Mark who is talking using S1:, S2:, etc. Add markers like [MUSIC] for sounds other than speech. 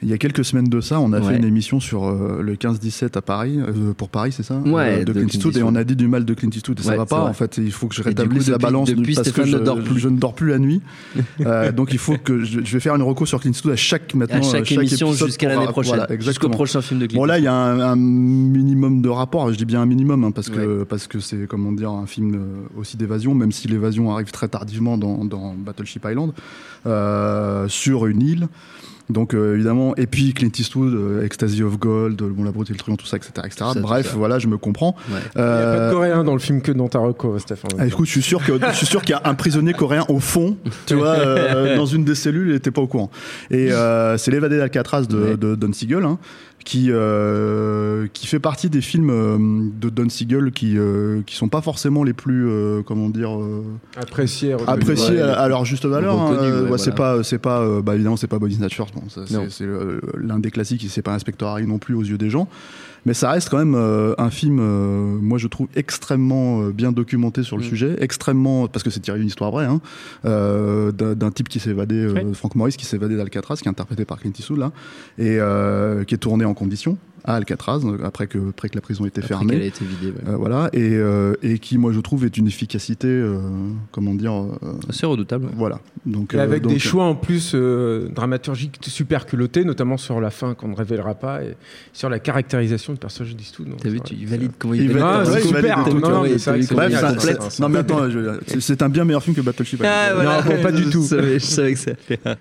S1: Il y a quelques semaines de ça, on a
S2: Ouais.
S1: fait une émission sur euh, le 15-17 à Paris, euh, pour Paris, c'est ça
S2: Ouais,
S1: Euh, De Clint
S2: de Clint
S1: Eastwood, et
S2: Eastwood.
S1: on a dit du mal de Clint Eastwood. Et ça
S2: Ouais,
S1: va
S2: c'est
S1: pas,
S2: vrai.
S1: en fait. Il faut que je
S2: du coup,
S1: rétablisse la
S2: depuis-
S1: balance
S2: depuis,
S1: parce que
S2: Stéphane
S1: je,
S2: ne dort plus.
S1: je ne dors plus la
S2: [LAUGHS]
S1: nuit. Euh, donc il faut que je, je vais faire une recours sur Clint Eastwood à chaque maintenant
S2: à
S1: euh,
S2: chaque, émission
S1: épisode
S2: jusqu'à
S1: pour- euh, voilà,
S2: l'année prochaine, jusqu'au
S1: exactement.
S2: prochain film de Clint.
S1: Bon là il y a un, un minimum de rapport, je dis bien un minimum hein, parce que parce que c'est comment dire un film euh, aussi d'évasion, même si l'évasion arrive très tardivement dans, dans Battleship Island euh, sur une île. Donc euh, évidemment et puis Clint Eastwood, euh, Ecstasy of Gold, euh, bon la beauté et le truand tout ça etc etc.
S2: Tout ça, tout
S1: Bref
S2: ça.
S1: voilà je me comprends.
S2: Ouais.
S3: Il n'y a pas
S1: Euh,
S3: de coréen dans le film que dans ta reco, Stéphane.
S1: ah, écoute, je suis sûr que je suis sûr qu'il y a un prisonnier coréen au fond, tu vois, euh, dans une des cellules, il était pas au courant. Et euh, c'est l'évadé d'Alcatraz de,
S2: Ouais.
S1: de Don Siegel, hein, qui euh, qui fait partie des films euh, de Don Siegel qui euh, qui sont pas forcément les plus euh, comment dire euh,
S3: Apprécié, reconnu.
S1: appréciés
S2: ouais,
S1: à,
S2: le-
S1: à leur juste valeur. hein.
S2: reconnus, ouais,
S1: Ouais, c'est
S2: voilà.
S1: pas c'est pas euh, bah évidemment c'est pas Body Snatchers, bon, ça,
S2: Non.
S1: c'est c'est, euh, l'un des classiques, et c'est pas Inspector Harry non plus aux yeux des gens. Mais ça reste quand même euh, un film, euh, moi je trouve extrêmement euh, bien documenté sur le
S2: Mm.
S1: sujet, extrêmement parce que c'est tiré d'une histoire vraie, hein, euh, d'un d'un type qui s'est évadé, euh,
S4: Ouais.
S1: Frank Morris qui s'est évadé d'Alcatraz, qui est interprété par Clint Eastwood là, et euh, qui est tourné en condition à Alcatraz euh, après que après que la prison était
S2: Après
S1: fermée.
S2: qu'elle a été vidée, ouais.
S1: Euh, voilà et, euh, et qui moi je trouve est une efficacité, euh, comment dire, euh,
S2: Ah, C'est redoutable. ouais.
S1: voilà. Donc
S3: Et
S1: euh,
S3: avec
S1: donc,
S3: des choix en plus euh, dramaturgiques super culottés, notamment sur la fin qu'on ne révélera pas, et sur la caractérisation du personnage d'Istoud.
S2: T'as vu, tu il valide comment
S1: Il
S2: il valide.
S1: valide,
S3: Ah,
S1: ouais,
S3: c'est
S1: il valide
S3: super!
S1: tout,
S3: Non,
S1: tu
S3: non,
S1: vois,
S3: mais c'est vrai que
S2: il valide.
S3: c'est
S1: Bref,
S3: génial,
S1: ça-
S3: c'est-
S2: complète.
S3: c'est-
S2: Ah,
S1: Non mais attends, je- c'est c'est un bien meilleur film que Battleship. Island.
S3: voilà. Non, pas du tout.
S2: Je savais, je savais que ça allait.